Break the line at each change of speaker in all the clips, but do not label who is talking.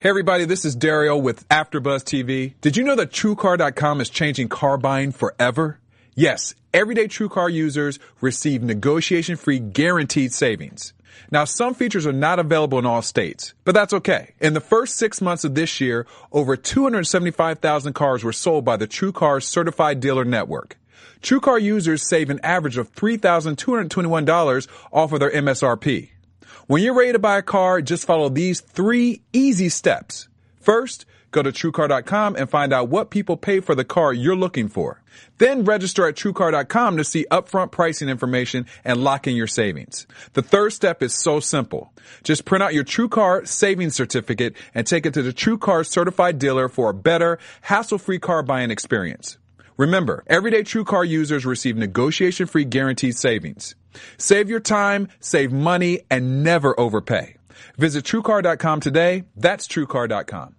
Hey everybody, this is Dario with AfterBuzz TV. Did you know that TrueCar.com is changing car buying forever? Yes, everyday TrueCar users receive negotiation-free guaranteed savings. Now, some features are not available in all states, but that's okay. In the first six months of this year, over 275,000 cars were sold by the TrueCar Certified Dealer Network. TrueCar users save an average of $3,221 off of their MSRP. When you're ready to buy a car, just follow these three easy steps. First, go to TrueCar.com and find out what people pay for the car you're looking for. Then register at TrueCar.com to see upfront pricing information and lock in your savings. The third step is so simple. Just print out your TrueCar savings certificate and take it to the TrueCar certified dealer for a better, hassle-free car buying experience. Remember, everyday TrueCar users receive negotiation-free guaranteed savings. Save your time, save money, and never overpay. Visit TrueCar.com today. That's TrueCar.com.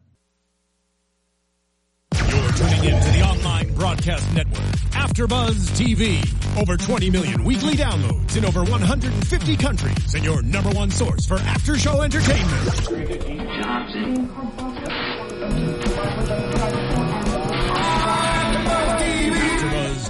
You're tuning in to the online broadcast network, AfterBuzz TV. Over 20 million weekly downloads in over 150 countries, and your number one source for after-show entertainment. AfterBuzz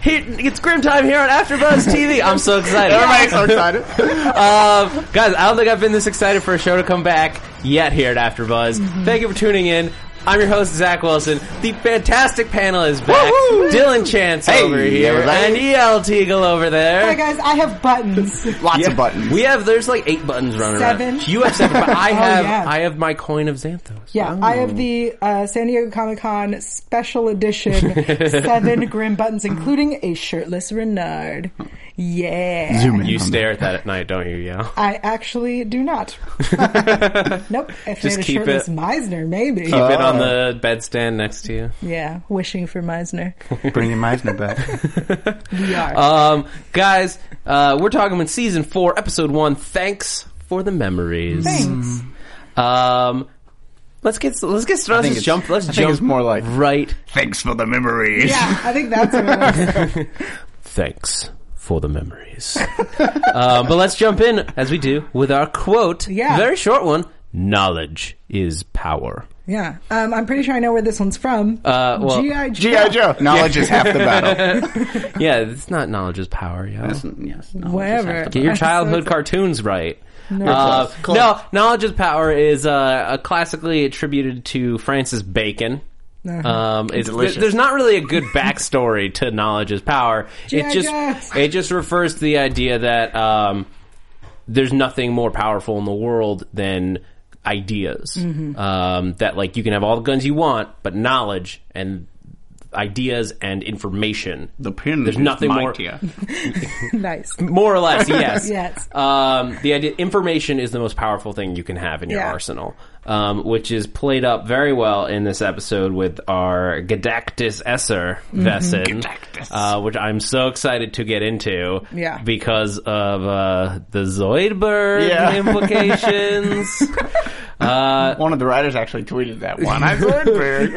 He- It's Grim time here on AfterBuzz TV. I'm so excited.
Everybody's so excited.
Um, guys, I don't think I've been this excited for a show to come back yet here at AfterBuzz.
Mm-hmm.
Thank you for tuning in. I'm your host Zach Wilson. The fantastic panel is back.
Woohoo!
Dylan Chance
Hey,
over here and
everybody.
El Teagle over there.
Hi guys, I have buttons.
Lots
Yeah.
of buttons.
We have there's like eight buttons running
Seven.
around. You have seven, but I
Oh,
have
yeah.
I have my coin of Xanthos.
Yeah, I
Oh.
have the uh, San Diego Comic Con special edition seven grim buttons, including a shirtless Renard. Yeah,
Zoom in
You
on
stare at that at night, don't you? Yeah.
I actually do not. nope. If they
Just
had a
keep
shirtless
it-
Meisner, maybe.
Keep it
Ah.
on the bedstand next to you.
yeah, wishing for Meisner.
that. Bringing Meisner back.
We are.
Um, guys, uh, we're talking about season four, episode one. Thanks for the memories.
Thanks.
Um, let's get let's get started.
think
Let's
it's-
jump. Let's
I think
jump.
it's more like-
right.
Thanks for the memories.
Yeah, I think that's what it was.
Thanks for the memories. um, but let's jump in as we do with our quote.
Yeah.
very short one. Knowledge is power.
Yeah, um, I'm pretty sure I know where this one's from.
Uh, well-
GI
G.I. Joe. Knowledge is half the battle.
Yeah, it's not knowledge is power. Yeah.
yes,
Whatever.
Get your childhood cartoons right. No, uh,
Close.
no knowledge is power is uh, uh, classically attributed to Francis Bacon. Um, it's,
Delicious.
there- there's not really a good backstory to knowledge is power. It
G.I.
just
Joe.
it just refers to the idea that um, there's nothing more powerful in the world than ideas. Um, that like you can have all the guns you want, but knowledge and ideas and information
The pin
There's
is
nothing more-
mightier.
nice.
more or less, yes.
Yes.
Um, the idea information is the most powerful thing you can have in your
Yeah.
arsenal, um, which is played up very well in this episode with our Gadactus Esser
Mm-hmm.
Vessin,
Gadactus.
uh, which I'm so excited to get into,
Yeah.
because of uh, the Zoidberg
Yeah.
implications.
One of the writers actually tweeted that one. I Zoidberg.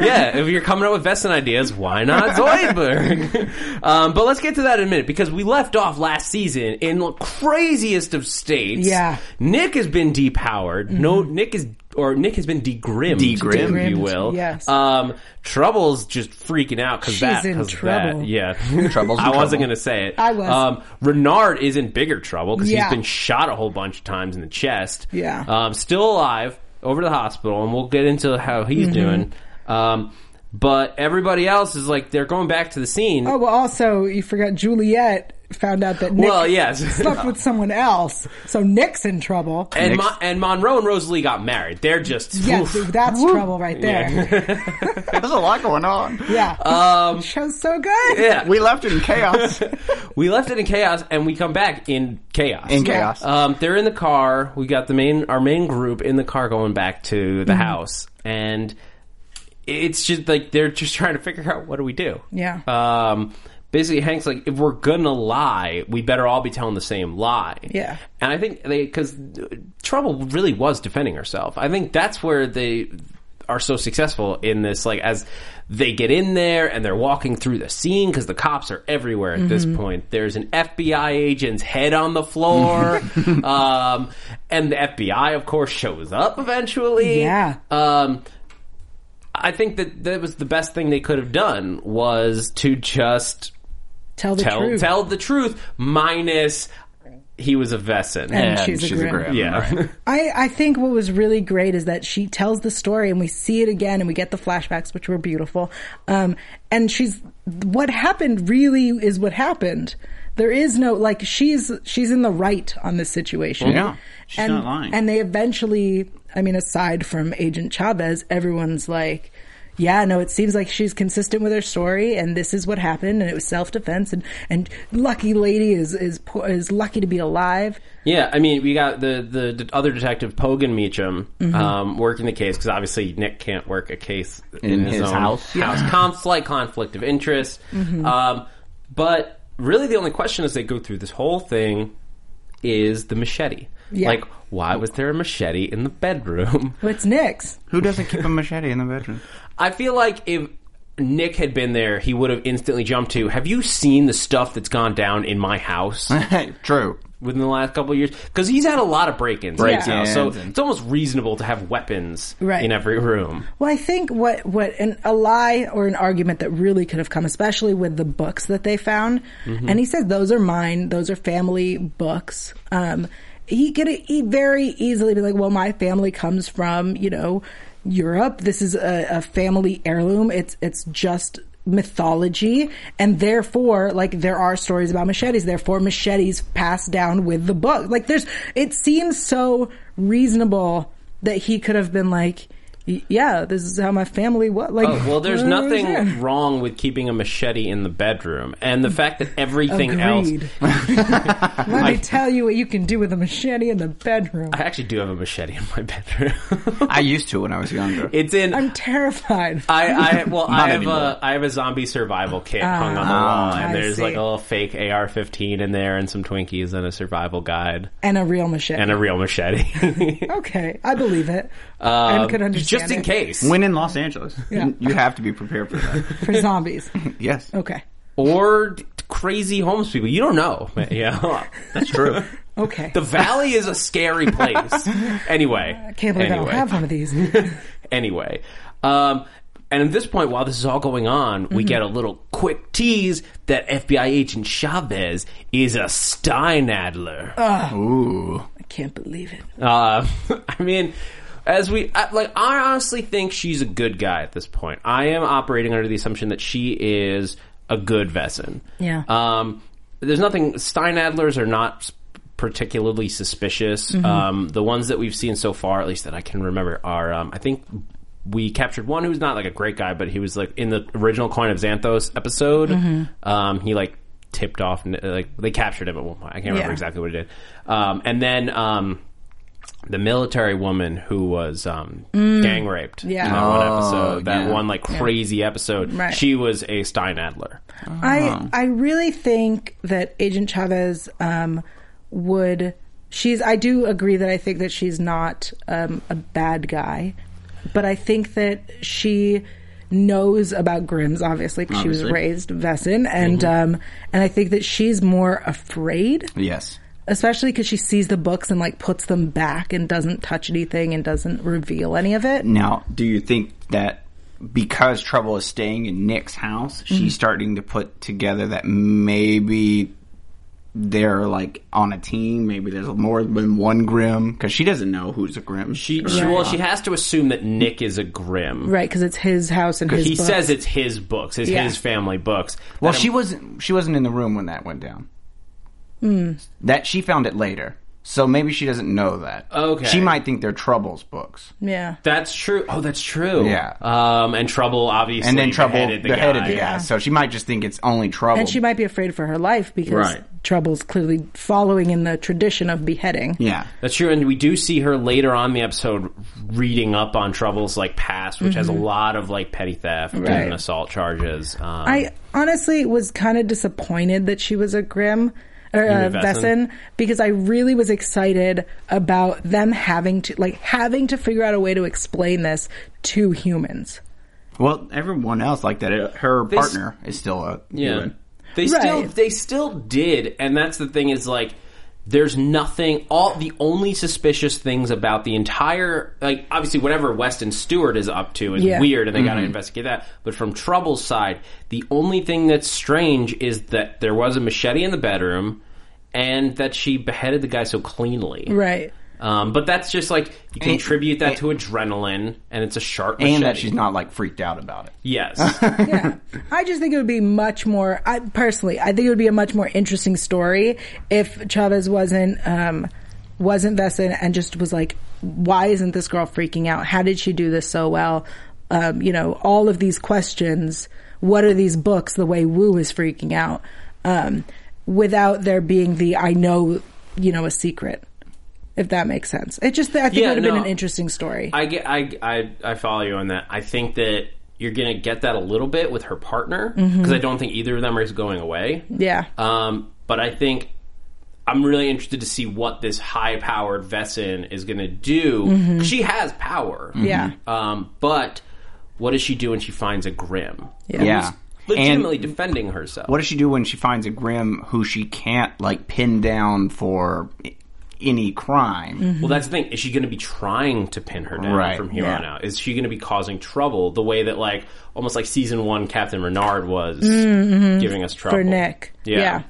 yeah, if you're coming up with Vestin ideas, why not Zoidberg? um, but let's get to that in a minute because we left off last season in the craziest of states.
Yeah. Mm-hmm.
Nick has been depowered. No, Nick is or Nick has been degrimmed,
Degrimmed.
if you will.
yes.
Um, Trouble's just freaking out because
She's
that,
in
'cause
trouble.
that, yeah.
Trouble's in
I wasn't
trouble.
gonna say it.
I was.
Um, Renard is in bigger trouble because
Yeah.
he's been shot a whole bunch of times in the chest.
Yeah. Mm-hmm.
Um, still alive, over to the hospital, and we'll get into how he's doing. Um, But everybody else is like they're going back to the scene.
Oh, well, also, you forgot Juliet found out that Nick
Well, yes.
slept with someone else. So Nick's in trouble.
and
Next-
Mo- and Monroe and Rosalie got married. They're just
Yeah,
oof.
see, that's trouble right there.
There's a lot going on.
Yeah. Um, show's so good.
yeah.
We left it in chaos.
We left it in chaos, and we come back in chaos.
In chaos.
Um, they're in the car. We got the main our main group in the car going back to
Mm-hmm.
the house, and it's just like they're just trying to figure out what do we do.
Yeah.
Um, basically, Hank's like, if we're gonna lie, we better all be telling the same lie.
Yeah.
And I think they because Trouble really was defending herself. I think that's where they are so successful in this. Like as they get in there and they're walking through the scene because the cops are everywhere at
Mm-hmm.
this point. There's an FBI agent's head on the floor, um, and the FBI, of course, shows up eventually.
Yeah.
Um, I think that that was the best thing they could have done was to just
Tell the
tell
truth.
tell the truth minus he was a Vesson.
and,
And
she's a
she's a
grim.
grim.
Yeah.
I, I think what was really great is that she tells the story and we see it again and we get the flashbacks, which were beautiful. Um, and she's, what happened really is what happened. There is no, like, she's, she's in the right on this situation.
Yeah. She's
and,
not lying.
And they eventually, I mean, aside from Agent Chavez, everyone's like, yeah, no, it seems like she's consistent with her story, and this is what happened, and it was self defense, and, and lucky lady is is po- is lucky to be alive.
yeah, I mean, we got the the d- other detective Pogan Meacham
Mm-hmm.
um, working the case because obviously Nick can't work a case in,
In
his,
his
own
house.
House Con- slight conflict of interest,
Mm-hmm.
um, but really the only question as they go through this whole thing is the machete.
Yeah.
Like, why was there a machete in the bedroom?
What's next?
Who doesn't keep a machete in the bedroom?
I feel like if Nick had been there, he would have instantly jumped to, "Have you seen the stuff that's gone down in my house
True.
within the last couple of years?" Because he's had a lot of break-ins, in his house, so
Break-ins and-
it's almost reasonable to have weapons
Right.
in every room.
Well, I think what what an, a lie or an argument that really could have come, especially with the books that they found, and he says those are mine; those are family books. Um, he could e- very easily be like, "Well, my family comes from you know Europe. This is a, a family heirloom. It's it's just." mythology and therefore like there are stories about machetes therefore machetes passed down with the book like there's it seems so reasonable that he could have been like Y- yeah, this is how my family was. Like,
Oh, well, there's
Uh,
nothing
yeah.
wrong with keeping a machete in the bedroom, and the fact that everything else.
Agreed. Let me tell you what you can do with a machete in the bedroom.
I actually do have a machete in my bedroom.
I used to when I was younger.
it's in.
I'm terrified.
I, I well, I
Not
have
anymore.
a I have a zombie survival kit hung on the wall, and
Ah, I
there's
see.
like a little fake AR-15 in there, and some Twinkies, and a survival guide,
and a real machete.
and a real machete,
okay, I believe it. I
Um,
could understand
just in
it.
case,
when in Los Angeles,
Yeah.
you have to be prepared for that.
for zombies.
Yes.
Okay,
or d- crazy homeless people. You don't know, man. yeah.
That's true.
okay.
The valley is a scary place. anyway,
I can't believe I
anyway.
don't have one of these.
anyway, um, and at this point, while this is all going on, we get a little quick tease that FBI agent Chavez is a Steinadler.
Ooh.
I can't believe it.
Uh, I mean, as we I, like, I honestly think she's a good guy at this point. I am operating under the assumption that she is a good Vesson.
Yeah.
Um, there's nothing. Steinadlers are not s- particularly suspicious. Um, the ones that we've seen so far, at least that I can remember, are um, I think. We captured one who's not like a great guy, but he was like in the original Coin of Xanthos episode. Um, he like tipped off, like they captured him at one point. I can't remember
Yeah.
exactly what he did. Um, and then um, the military woman who was um,
Mm.
gang raped
Yeah.
in that one episode, that
yeah.
one like crazy episode.
Oh, Right. Oh,
She was a Steinadler.
I I really think that Agent Chavez um, would. She's. I do agree that I think that she's not um, a bad guy, but I think that she knows about Grimm's. Obviously, 'cause she was
Obviously.
raised Vesson, and um, and I think that she's more afraid,
Yes.
especially because she sees the books and like puts them back and doesn't touch anything and doesn't reveal any of it.
Now, do you think that because Trouble is
Mm-hmm.
staying in Nick's house, she's starting to put together that maybe they're like on a team. Maybe there's more than one Grim because she doesn't know who's a Grim.
She, she well, she has to assume that Nick is a Grim.
right? Because it's his house and his.
he
books.
says it's his books, it's
Yeah.
his family books.
well,
That
she wasn't. She wasn't in the room when that went down.
Mm.
That she found it later, so maybe she doesn't know that.
Okay.
she might think they're Troubles books.
Yeah.
That's true. Oh, that's true.
Yeah.
Um, and trouble obviously.
and then trouble
beheaded the
beheaded
guy.
the guy. So she might just think it's only trouble.
And she might be afraid for her life because
Right.
Trouble's clearly following in the tradition of beheading.
yeah.
That's true, and we do see her later on in the episode reading up on Trouble's like past, which has a lot of like petty theft
Mm-hmm. Right.
and assault charges. Um,
I honestly was kind of disappointed that she was a Grim or uh,
mean Vesson?
Vesson because I really was excited about them having to like having to figure out a way to explain this to humans.
Well, everyone else like that. Uh, Her partner is still uh, a
yeah,
human.
they still
Right.
they still did, and that's the thing is like there's nothing. All the only suspicious things about the entire like obviously whatever Weston Stewart is up to is
Yeah.
weird, and they got to investigate that. But from Trouble's side, the only thing that's strange is that there was a machete in the bedroom, and that she beheaded the guy so cleanly,
Right.
Um, but that's just like you
And-
contribute that to adrenaline, and it's a sharp machete.
and that she's not like freaked out about it.
Yes,
yeah. I just think it would be much more, I personally, I think it would be a much more interesting story if Chavez wasn't, um, wasn't Vesson and just was like, why isn't this girl freaking out? How did she do this so well? Um, you know, all of these questions. What are these books the way Wu is freaking out? Um, without there being the, I know, you know, a secret. If that makes sense. It just, I think
Yeah,
it would have
no.
been an interesting story.
I get. I, I I follow you on that. I think that you're gonna get that a little bit with her partner because
Mm-hmm.
I don't think either of them is going away.
yeah.
Um, but I think I'm really interested to see what this high powered Vessin is going to do.
Mm-hmm.
'Cause She has power.
Yeah.
Um, but what does she do when she finds a Grim?
Yeah.
Yeah.
Legitimately
And
defending herself.
what does she do when she finds a Grim who she can't like pin down for i- any crime?
Mm-hmm.
Well, that's the thing. Is she going to be trying to pin her down
Right,
from here
yeah.
on out? Is she going to be causing trouble the way that, like, almost like season one Captain Renard was giving us trouble
Mm-hmm. For Nick. yeah.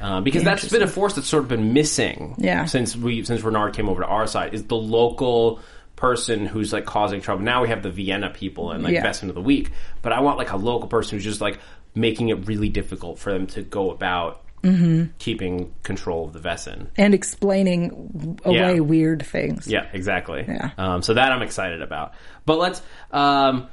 Um, because that's been a force that's sort of been missing
Yeah.
since we since Renard came over to our side is the local person who's like causing trouble. Now we have the Vienna people and like
Yeah.
best end of the week, but I want like a local person who's just like making it really difficult for them to go about
Mm-hmm.
keeping control of the Vessin.
and explaining away
Yeah.
weird things.
Yeah, exactly.
Yeah.
Um, so that I'm excited about. But let's. Um,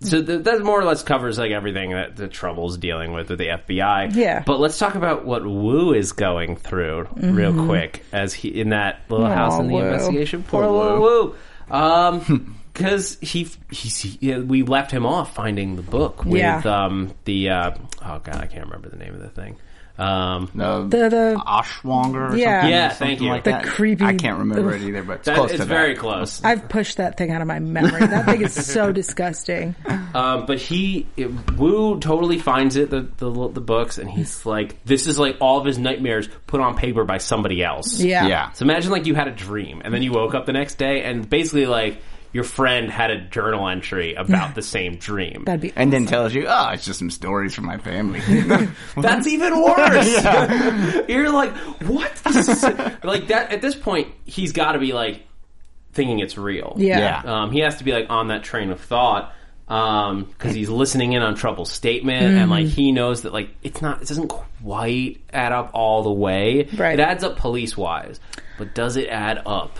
so th- that more or less covers like everything that the trouble's dealing with with the FBI.
Yeah.
But let's talk about what Wu is going through real quick as he in that little house in the
Mm-hmm. Oh, Wu.
investigation. Poor, little Wu. Um, because he he's, he yeah, we left him off finding the book with
Yeah.
um the uh, oh god I can't remember the name of the thing. Um,
The,
The- the-
Oshwanger or
Yeah.
something?
Yeah,
something
thank you.
Like
The
that.
creepy-
I can't remember it either, but it's
that-
close
it's
to
very
that.
close.
I've pushed that thing out of my memory. That thing is so disgusting.
Um, but he it, Wu totally finds it the, the the books, and he's like, "This is like all of his nightmares put on paper by somebody else."
Yeah.
Yeah.
So imagine like you had a dream, and then you woke up the next day, and basically like your friend had a journal entry about the same dream.
That'd be
And then tells you, oh, it's just some stories from my family.
That's even worse. You're like, what? This is like that. At this point, he's got to be like thinking it's real.
yeah.
Yeah.
Um, he has to be like on that train of thought because he's listening in on Trouble's statement, and
Mm.
like he knows that like it's not, it doesn't quite add up all the way.
Right.
It adds up police wise, but does it add up?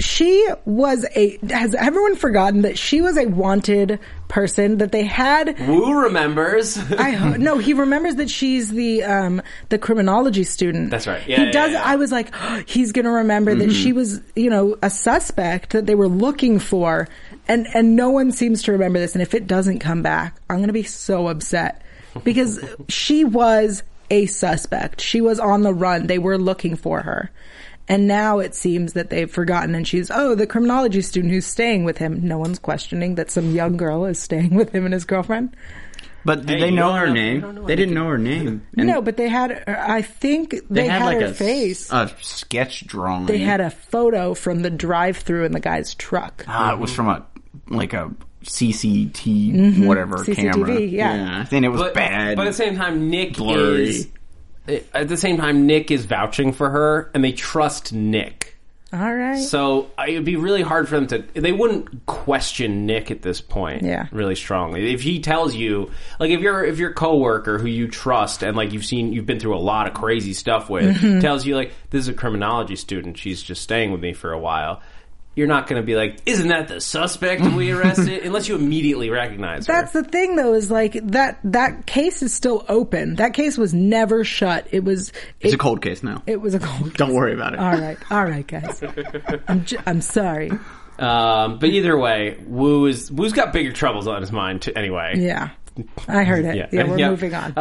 She was a has everyone forgotten that she was a wanted person that they had
Wu remembers.
I ho- no, he remembers that she's the um the criminology student.
That's right. Yeah,
he
yeah,
does
yeah. Mm-hmm.
I was like he's going to remember that she was, you know, a suspect that they were looking for and and no one seems to remember this and if it doesn't come back, I'm going to be so upset because she was a suspect. She was on the run. They were looking for her. And now it seems that they've forgotten and she's, oh, the criminology student who's staying with him. No one's questioning that some young girl is staying with him and his girlfriend.
But did
Hey,
they
you
know
don't
her
know- you
name?
don't know
they didn't know her name. And
no, but they had. her- I think they, had, her
s-
face.
a sketch drawing.
they had a photo from the drive-through in the guy's truck.
Ah, it was from a like a CCT whatever
CCTV,
camera.
yeah.
and it was
But,
bad.
but at the same time, Nick
Blurry.
is it- at the same time, Nick is vouching for her, and they trust Nick.
All right.
So I- it'd be really hard for them to. They wouldn't question Nick at this point.
Yeah.
really strongly. If he tells you, like, if your if your coworker who you trust and like you've seen you've been through a lot of crazy stuff with
Mm-hmm.
tells you like this is a criminology student, she's just staying with me for a while. You're not going to be like, isn't that the suspect we arrested? Unless you immediately recognize her.
That's the thing though is like that that case is still open. That case was never shut. It was it,
It's a cold case now.
it was a cold.
Don't worry about it.
All right. All right, guys. I'm j- I'm sorry.
Um, but either way, Wu is Wu's got bigger troubles on his mind t- anyway.
Yeah. I heard it.
Yeah.
Yeah, we're
Yeah.
moving on.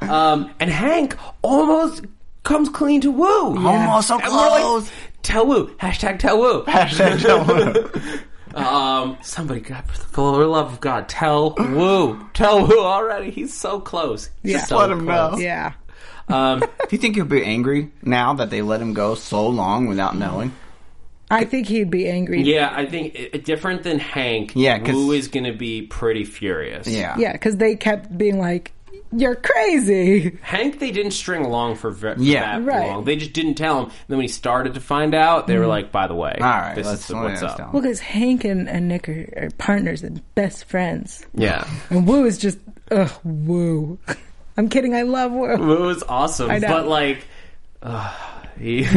Um, and Hank almost comes clean to Wu.
Almost so
And we're like,
close.
tell Wu. Hashtag tell Wu.
Hashtag don't worry.
Um, somebody, God, for the for the love of God, tell Wu. Tell Wu already. He's so close. He's
Yeah.
so
Let him
close.
know.
yeah.
Um,
Do you think he'll be angry now that they let him go so long without knowing?
I think he'd be angry.
yeah, I think i different than Hank,
Yeah, 'cause-
Wu is going to be pretty furious.
Yeah.
Yeah, cuz they kept being like you're crazy.
Hank, they didn't string along for, ve- for
Yeah.
that
Right.
long. They just didn't tell him. And then when he started to find out, they were like, "By the way,
Mm-hmm. All right.
this
let's,
is the, what's
let's
up."
tell him.
Well, cuz Hank and, and Nick are, are partners and best friends.
Yeah,
And Woo is just ugh, Woo. I'm kidding. I love Woo.
Wu is awesome,
I know. Ah,
but like, ugh, he,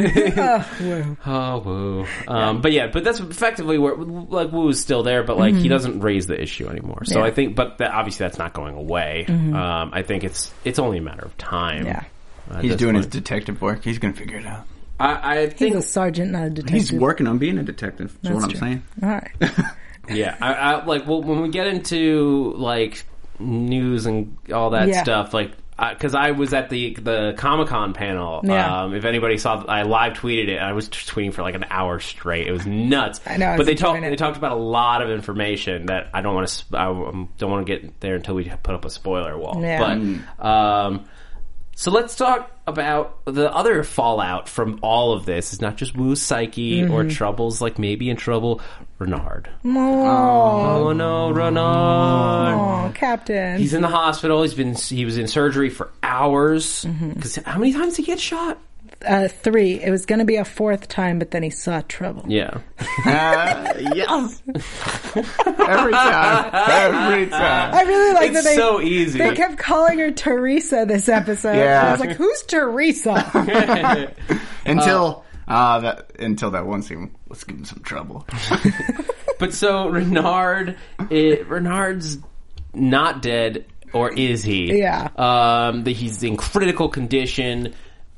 oh Wu. Um, but yeah, but that's effectively where like Wu is still there, but like he doesn't raise the issue anymore. So
Mm-hmm. Yeah. Mm-hmm.
I think, but that, obviously that's not going away. Um, I think it's it's only a matter of time.
Yeah.
at
He's
this
doing his
point.
detective work. He's going to figure it out.
I, I
He's
think
a sergeant, not a detective.
He's working on being a detective. Is what I'm
true.
saying.
All right.
Yeah, I, I like well, when we get into like news and all that
Yeah.
stuff, like because I, was at the the Comic Con panel.
Yeah.
Um, if anybody saw, I live tweeted it. I was t- tweeting for like an hour straight. It was nuts.
I know, I
but
was
they talked
enjoying it.
they talked about a lot of information that I don't want to. I um, don't want to get there until we put up a spoiler wall.
Yeah.
But um, so let's talk about the other fallout from all of this. It's not just Wu's psyche
Mm-hmm.
or troubles like maybe in trouble Renard. Oh no, Renard!
Oh, Captain.
He's in the hospital. He's been he was in surgery for hours. Because how many times did he get shot?
uh, three. It was going to be a fourth time, but then he saw trouble.
Yeah,
Uh, yes. Every time. Every
Uh,
time.
I really like
It's
that they
so easy.
they kept calling her Teresa this episode.
Yeah.
I was like, "Who's Teresa?"
Until. Uh, that, until that one scene, let's give him some trouble.
but so Renard, it, Renard's not dead, or is he?
Yeah.
Um, that he's in critical condition.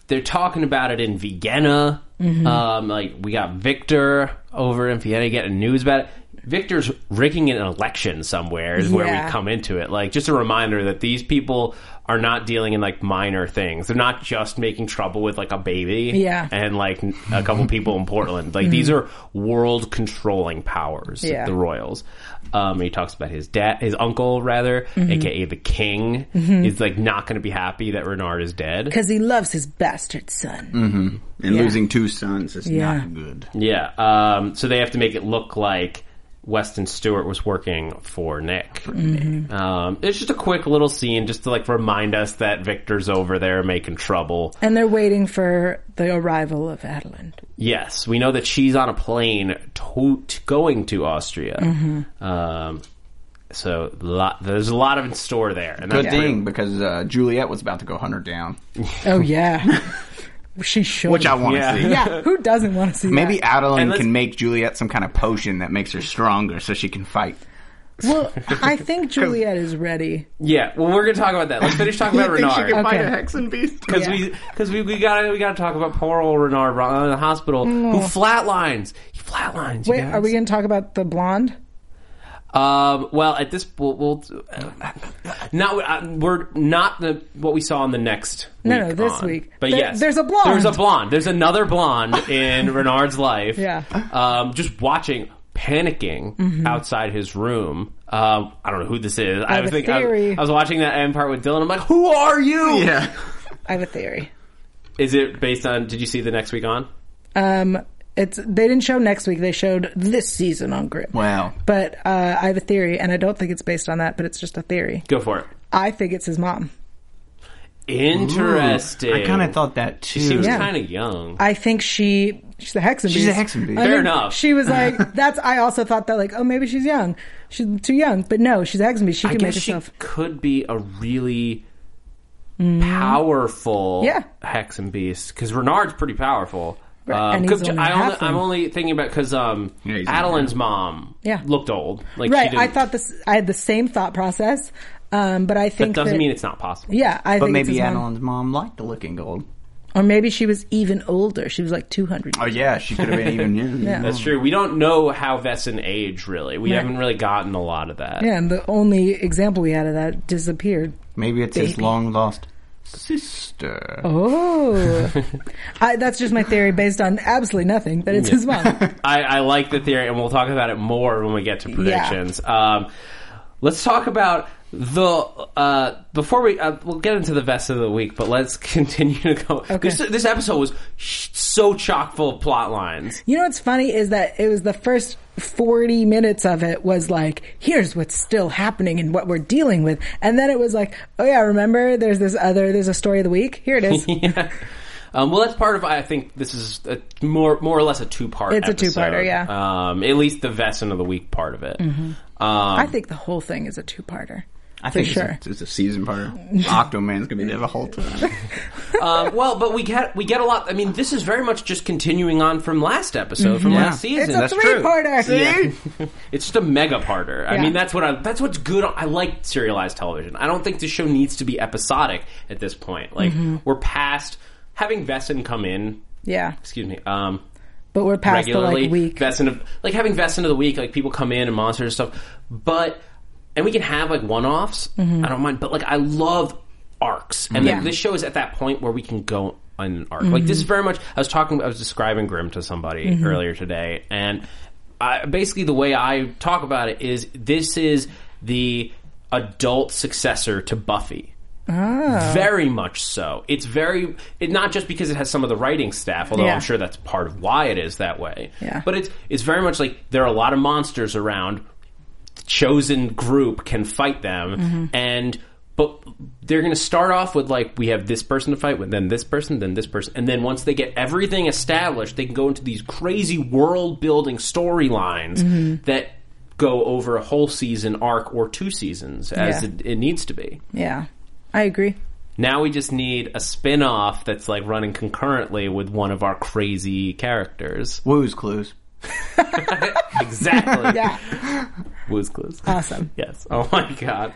They're talking about it in Vienna.
Mm-hmm.
Um, like we got Victor over in Vienna getting news about it. Victor's rigging an election somewhere is where
Yeah.
we come into it. Like just a reminder that these people are not dealing in like minor things. They're not just making trouble with like a baby
Yeah.
and like a couple people in Portland. Like these are world controlling powers.
Yeah.
The Royals. Um, he talks about his dad, his uncle rather, aka the King, is like not going to be happy that Renard is dead.
Because he loves his bastard son.
And losing two sons is
Yeah.
not good.
Yeah. Um, so they have to make it look like Weston Stewart was working for Nick. Um, it's just a quick little scene just to like remind us that Victor's over there making trouble.
And they're waiting for the arrival of Adeline.
Yes, we know that she's on a plane to- to- going to Austria.
Mm-hmm.
Um, so lot, there's a lot of in store there. And
Good
that's
thing because uh, Juliet was about to go hunt her down,
Oh yeah, she should.
which I want to
Yeah.
see.
Yeah, who doesn't want to see
Maybe
that?
Adeline
And let's-
can make Juliet some kind of potion that makes her stronger, so she can fight.
Well, I think Juliet is ready.
Yeah, well, we're gonna talk about that. Let's finish talking about Renard
Okay.
Fight a hexen beast.
because we because we, we gotta we gotta talk about poor old Renard Ron- in the hospital who flatlines. He flatlines. you
Mm. Wait,
guys.
are we going to talk about the blonde?
Um, well, at this, we'll, we'll uh, not uh, we're not the what we saw in the next. week
No, no, this
on.
week.
But
There-
yes,
there's a blonde.
There's a blonde. There's another blonde in Renard's life.
Yeah. Mm-hmm.
Um, just watching, panicking outside his room. Um, I don't know who this is. I,
have
was
a
thinking, I,
theory.
was, I was watching that end part with Dylan. I'm like, who are you?
Yeah.
I have a theory.
Is it based on? Did you see the next week on?
Um, it's they didn't show next week. They showed this season on Grimm.
Wow.
But uh, I have a theory, and I don't think it's based on that, but it's just a theory.
Go for it.
I think it's his mom.
Interesting.
I kind of thought that too.
she seems
Yeah.
kind of young.
I think she she's a Hexen
She's a
beast.
Hexen beast.
I
Fair
think
enough.
She was like that's. I also thought that like oh maybe she's young, she's too young, but no, she's a Hexen beast. She
I
can
guess
make
she
herself.
could be a really powerful
Mm. Yeah.
hex and beast because Renard's pretty powerful.
Right, and
Um, 'cause
he's only
I only,
half
I'm
one.
only thinking about because um,
Yeah, he's only
Adeline's mom
Yeah.
looked old. Like she
Right.
didn't,
I thought this. I had the same thought process, um, but I
that
think
doesn't
that-
mean it's not possible.
Yeah, I
but
think it's
maybe
his mom.
Adeline's mom liked the Looking Gold.
or maybe she was even older. She was like two hundred.
Oh yeah, she could have been even.
Yeah.
That's true. We don't know how Vesson age really. We haven't really gotten a lot of that.
Yeah, and the only example we had of that disappeared.
Maybe it's his
Baby.
long lost sister.
Oh, I, that's just my theory based on absolutely nothing. That it's his mom.
I, I like the theory, and we'll talk about it more when we get to predictions. Um, let's talk about the uh, before we uh, we'll get into the best of the week, but let's continue to go. This, this episode was sh- so chock full of plot lines.
You know what's funny is that it was the first 40 minutes of it was like, here's what's still happening and what we're dealing with. And then it was like, oh yeah, remember there's this other, there's a story of the week. Here it is.
yeah. Um, well, that's part of. I think this is a, more more or less a two part.
It's a two-parter, Mm-hmm.
yeah. Um, at least the Vesson of the week part of it. Um,
I think the whole thing is a two-parter.
I
For
think it's a-
sure.
It's just a season part. Octoman's gonna be there the whole time.
Um, well, but we get we get a lot. I mean, this is very much just continuing on from last episode, from last
Yeah.
season.
Mm-hmm. It's a
that's true.
three-parter.
It's just a mega parter. I
Yeah.
mean, that's what I, that's what's good. I like serialized television. I don't think the show needs to be episodic at this point. Like we're past having Vesson come in.
Mm-hmm. Yeah.
Excuse me. Um,
But we're past the
regularly,
like week.
Vesson of like having Vesson of the week. Like people come in and monsters and stuff, but and we can have like one offs. I don't mind, but like I love arcs, and
Mm-hmm. Yeah. Mm-hmm.
like, this show is at that point where we can go on an arc. Like this is very much. I was talking. I was describing Grimm to somebody earlier today, and I, basically the way I talk about it is this is the adult successor to Buffy.
Ah. Oh.
Very much so. It's very it, not just because it has some of the writing staff, although
Yeah.
I'm sure that's part of why it is that way.
Yeah.
But it's it's very much like there are a lot of monsters around. The chosen group can fight them,
Mm-hmm.
and but they're going to start off with like we have this person to fight with, then this person, then this person, and then once they get everything established, they can go into these crazy world building storylines
Mm-hmm.
that go over a whole season arc or two seasons as
Yeah.
it, it needs to be.
yeah. I agree.
Now we just need a spin-off that's like running concurrently with one of our crazy characters.
Woo's clues.
Exactly.
Yeah.
Woo's Clues.
Awesome.
Yes. Oh my god.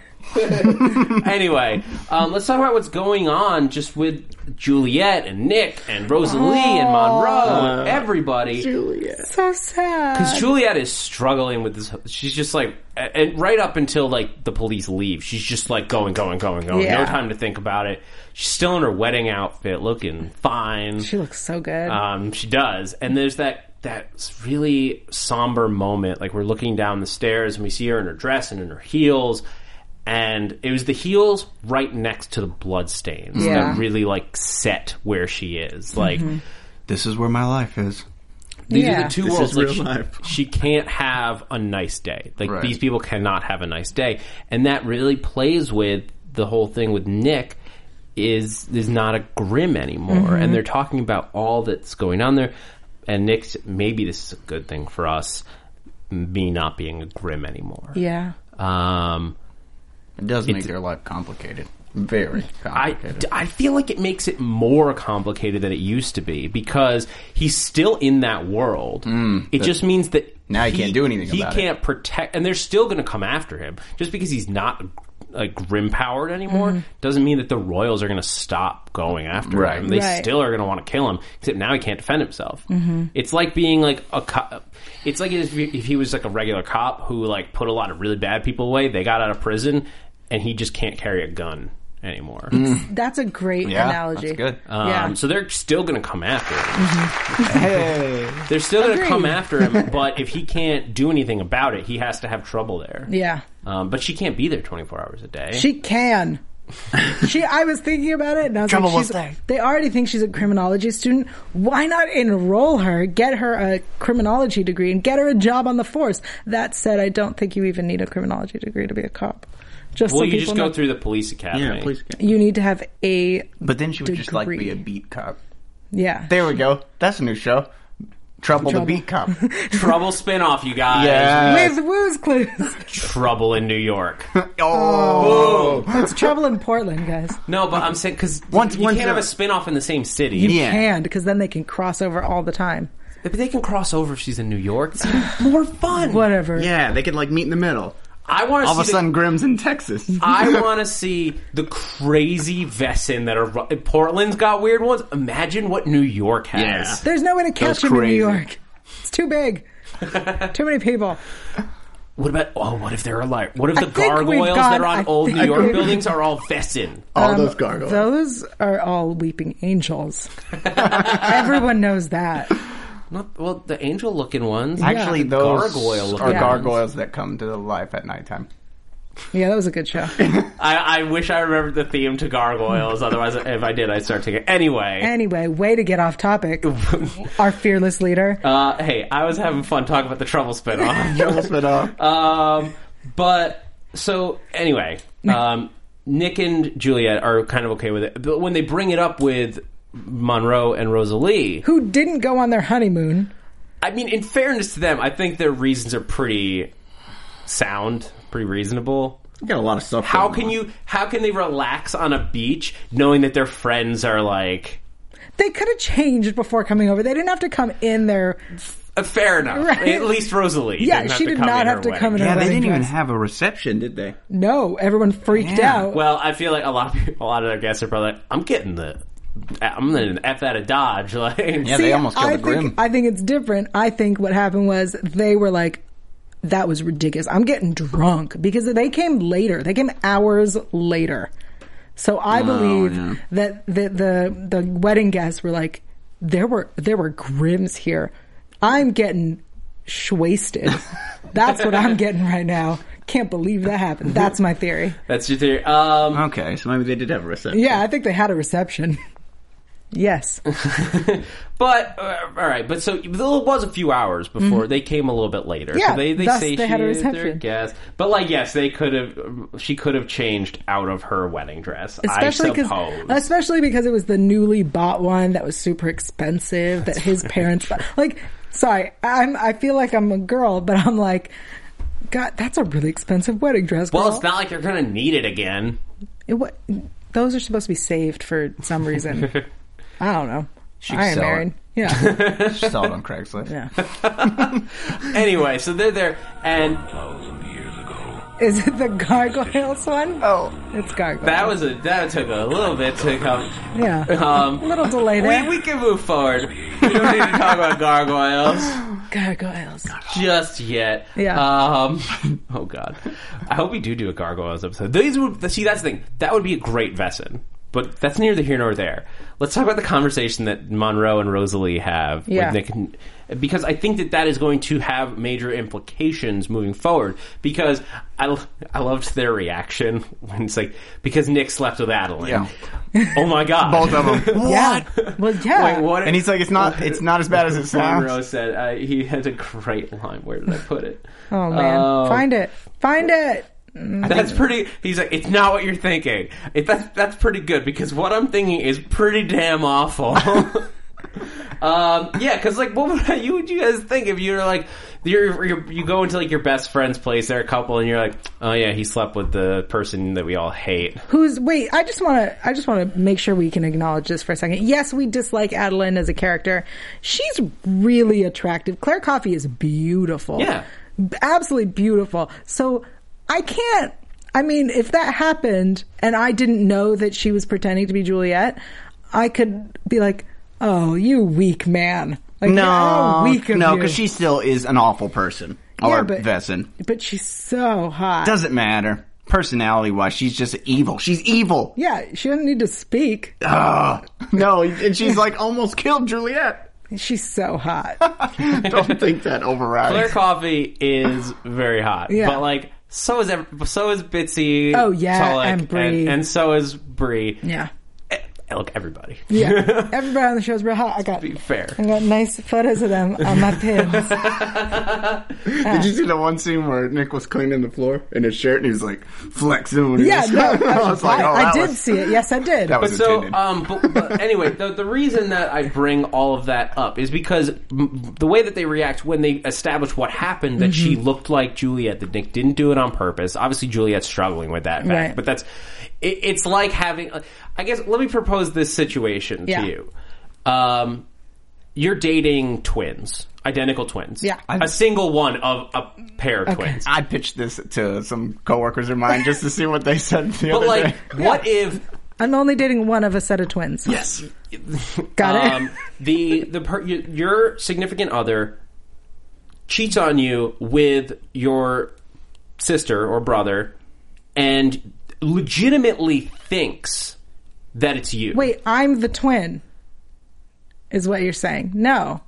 anyway, um, let's talk about what's going on just with Juliet and Nick and Rosalie and Monroe and everybody.
So sad.
Because Juliet is struggling with this. She's just like, and right up until like the police leave, she's just like going, going, going, going.
Yeah.
No time to think about it. She's still in her wedding outfit, looking fine.
She looks so good.
Uh,
Um, she does, and there's that that really somber moment. Like we're looking down the stairs, and we see her in her dress and in her heels, and it was the heels right next to the bloodstains
Yeah. Mm-hmm.
that really like set where she is. Like
This is where my life is.
these
yeah.
are the two
This
worlds.
is
Like
real
she,
life.
she can't have a nice day. Like
Right.
these people cannot have a nice day, and that really plays with the whole thing with Nick. Is is not a grim anymore, and they're talking about all that's going on there. And Nick's maybe this is a good thing for us, me not being a grim anymore.
yeah.
Um,
It does make their life complicated. Very
I,
complicated.
I feel like it makes it more complicated than it used to be because he's still in that world. it just means that
Mm, Now he can't do anything
He
about it.
can't protect, and they're still going to come after him just because he's not like grim powered anymore. Doesn't mean that the Royals are going to stop going after
Right.
him. They
Right.
still are going to want to kill him. Except now he can't defend himself. It's like being like a cop. It's like if he- if he was like a regular cop who like put a lot of really bad people away. They got out of prison, and he just can't carry a gun anymore.
That's a great
Yeah,
analogy.
that's good.
Um,
yeah.
So they're still going to come after him.
hey.
They're still going to
Agreed.
come after him, but if he can't do anything about it, he has to have trouble there.
yeah.
Um, but she can't be there 24 hours a day.
She can. She, I was thinking about it, and I was
Trouble
like,
was
she's,
there.
they already think she's a criminology student. Why not enroll her, get her a criminology degree, and get her a job on the force? That said, I don't think you even need a criminology degree to be a cop. Just
Well,
so
you
people
just go
know,
through the police academy.
Yeah, please.
you need to have a
But then she would just like be
Degree.
a beat cop.
yeah.
There we go. That's a new show. Trouble, the beat cop.
Trouble spinoff, you guys.
yeah.
with Woo's Clues.
Trouble in New York.
Oh.
It's trouble in Portland, guys.
No, but I'm saying because you
Once- once
can't have a
they're-
spinoff in the same city.
Yeah.
And because then they can cross over all the time.
But they can cross over if she's in New York. It's even more fun.
Whatever.
Yeah, they could like meet in the middle.
I want to
All
see.
of a
the-
sudden, Grimm's in Texas.
I want to see the crazy Vessin that are. Portland's got weird ones. Imagine what New York has.
There's no way to catch
was
him in New
crazy.
York. It's too big. too many people.
What about? Oh, what if they're alive? What if
I
the
think we've
gargoyles that
gone-
are on
I
old
think
New York
we've-
buildings are all Vessin?
All Um, those gargoyles.
Those are all weeping angels. Everyone knows that.
Not well, the angel-looking ones.
Actually,
Yeah.
those
Gargoyle
are
looking
gargoyles that come to life at nighttime.
Yeah, that was a good show.
I, I wish I remembered the theme to gargoyles. Otherwise, if I did, I'd start to get anyway.
Anyway, way to get off topic. Our fearless leader.
Uh, hey, I was having fun talking about the trouble spinoff.
Trouble spinoff.
Um, but so anyway, um, Nick and Juliet are kind of okay with it, but when they bring it up with Monroe and Rosalie,
who didn't go on their honeymoon.
I mean, in fairness to them, I think their reasons are pretty sound, pretty reasonable.
We got a lot of stuff.
How
going
can
on.
you? How can they relax on a beach knowing that their friends are like?
They could have changed before coming over. They didn't have to come in their.
Uh, fair enough.
Right.
At least Rosalie.
Yeah,
didn't have
she
to
did
come
not
in
have
her
to
wedding.
come in her
Yeah, they
wedding
didn't even
dress.
have a reception, did they?
No, everyone freaked
Yeah.
out.
Well, I feel like a lot of people, a lot of their guests are probably like, I'm getting the, I'm gonna f out of Dodge. Like,
Yeah, they almost killed
I
a Grimm.
think, I think it's different. I think what happened was they were like, that was ridiculous. I'm getting drunk because they came later. They came hours later. So I believe that the, the the wedding guests were like, there were there were grims here. I'm getting wasted. That's what I'm getting right now. Can't believe that happened. That's my theory.
That's your theory. Um,
Okay, so maybe they did have a reception.
Yeah, I think they had a reception. Yes.
but uh, all right, but so it was a few hours before they came a little bit later.
Mm-hmm. Yeah,
so they they
thus
say
they
she
had a
is their
reception.
guest, but like yes, they could have she could have changed out of her wedding dress.
especially
I
because
suppose.
especially because it was the newly bought one that was super expensive that his parents bought. like sorry i'm i feel like i'm a girl but i'm like god that's a really expensive wedding dress girl.
well, it's not like you're gonna need it again.
It wa- those are supposed to be saved for some reason i don't know
She
i am
sell it.
married yeah
She saw it on Craigslist.
yeah
Anyway, so they're there, and
is it the gargoyles one? Oh, it's gargoyles
that was a that took a little bit to come.
yeah
Um,
a little delay there
We, we can move forward. We don't need to talk about gargoyles
gargoyles
just yet.
Yeah.
Um, oh God. I hope we do do a gargoyles episode. These would see that's the thing. That would be a great Vessin. But that's neither here nor there. Let's talk about the conversation that Monroe and Rosalie have
Yeah.
with Nick, and- because I think that that is going to have major implications moving forward. Because I, l- I loved their reaction when it's like because Nick slept with Adeline. Oh my God!
Both of them.
yeah well yeah
Wait, what?
And he's like, it's not, it's not as bad as it
Monroe
sounds.
said uh, he has a great line. Where did I put it?
oh man
Um,
find it find it
That's pretty. He's like, it's not what you're thinking. It, that's that's pretty good because what I'm thinking is pretty damn awful. um, yeah, because like, what would you would you guys think if you were like, you're, you're you go into like your best friend's place, they're a couple, and you're like, oh yeah, he slept with the person that we all hate.
Who's wait? I just want to. I just want to make sure we can acknowledge this for a second. Yes, we dislike Adeline as a character. She's really attractive. Claire Coffey is beautiful.
Yeah.
B- absolutely beautiful. So I can't. I mean, if that happened and I didn't know that she was pretending to be Juliet, I could be like, "Oh, you weak man." Like,
No,
how weak of
no,
you.
because she still is an awful person.
Yeah,
or
but-
Vessin.
But she's so hot.
Doesn't matter. Personality wise, she's just evil. She's evil.
yeah, she doesn't need to speak.
Uh. Ugh. No, and she's like almost killed Juliet.
She's so hot.
Don't think that overrides.
Claire Coffee is very hot,
Yeah.
but like So is every, so is Bitsy.
Oh, yeah, and Bree.
and, and so is Bree.
Yeah.
Eh, Look, everybody.
Yeah. Everybody on the show is real hot. I got
Be fair.
I got nice photos of them on my pins.
Did you see the one scene where Nick was cleaning the floor in his shirt and he was like flexing? When he
yeah,
was,
no,
I was like,
I,
oh,
I
that
did
was-
see it. Yes, I did.
That was
But so,
intended.
um, but, but anyway, the, the reason that I bring all of that up is because m- the way that they react when they establish what happened that she
Mm-hmm.
looked like Juliet, that Nick didn't do it on purpose. Obviously, Juliet's struggling with that fact,
Right.
but that's it, it's like having. uh, I guess let me propose this situation
Yeah.
to you. Um, you're dating twins, identical twins.
Yeah.
a single one of a pair of twins.
I pitched this to some coworkers of mine just to see what they said the
But
other
like,
day.
what if
I'm only dating one of a set of twins. Yes. Got it.
um, the the per- your, your significant other cheats on you with your sister or brother, and legitimately thinks that it's you.
Wait, I'm the twin. Is what you're saying? No.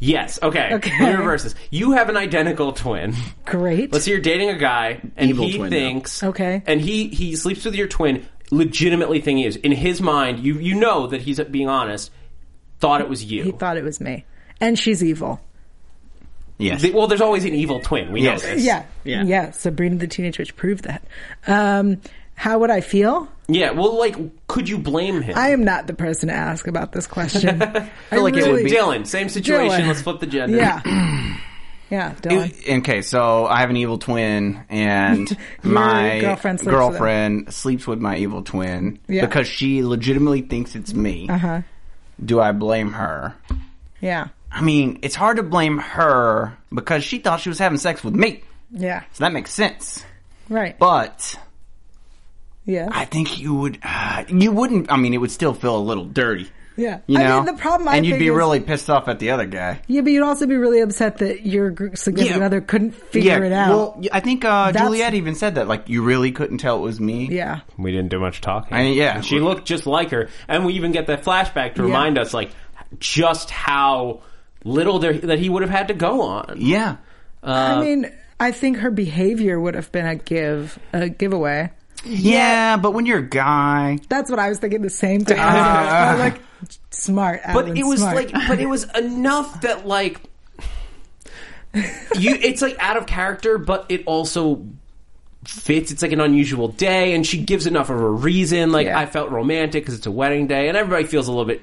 Yes. Okay.
Okay.
Let me reverse this. You have an identical twin.
Great.
Let's say you're dating a guy, and
Evil
he
twin, though.
thinks
Okay.
and he he sleeps with your twin. Legitimately, thinking he is in his mind. You you know that he's being honest. Thought it was you.
he thought it was me, and she's evil.
yes.
They- well, there's always an evil twin. We
Yes.
know this.
Yeah.
Yeah.
Yeah. Sabrina the Teenage Witch proved that. Um, how would I feel?
Yeah, well, like, could you blame him?
I am not the person to ask about this question. I feel
like it would be-
Dylan, same situation.
Dylan.
Let's flip the gender.
Yeah. Yeah, Dylan.
Okay, so I have an evil twin, and my
girlfriend
girlfriend
sleeps
sleeps,
with him.
with my evil twin
Yeah.
because she legitimately thinks it's me.
Uh-huh.
Do I blame her?
Yeah.
I mean, it's hard to blame her because she thought she was having sex with me.
Yeah.
So that makes sense.
Right.
But
yeah.
I think you would, uh, you wouldn't. I mean, it would still feel a little dirty.
yeah.
You know,
I mean, the problem I
and you'd
think
be
is-
really pissed off at the other guy.
Yeah, but you'd also be really upset that your gr- significant
Yeah.
other couldn't figure it out.
Well, y- I think uh,
That's-
Juliet even said that. Like, you really couldn't tell it was me.
yeah.
We didn't do much talking.
I mean, yeah.
And she looked just like her. And we even get that flashback to remind us, like, just how little there, that he would have had to go on.
Yeah.
uh,
I mean, I think her behavior would have been a give a giveaway.
Yeah, but when you're a guy,
That's what I was thinking the same thing. I was like, I was like, smart,
But
Alan,
it was
smart.
like, but it was enough that, like, you, it's like out of character, but it also fits. It's like an unusual day, and she gives enough of a reason. Like,
Yeah.
I felt romantic because it's a wedding day, and everybody feels a little bit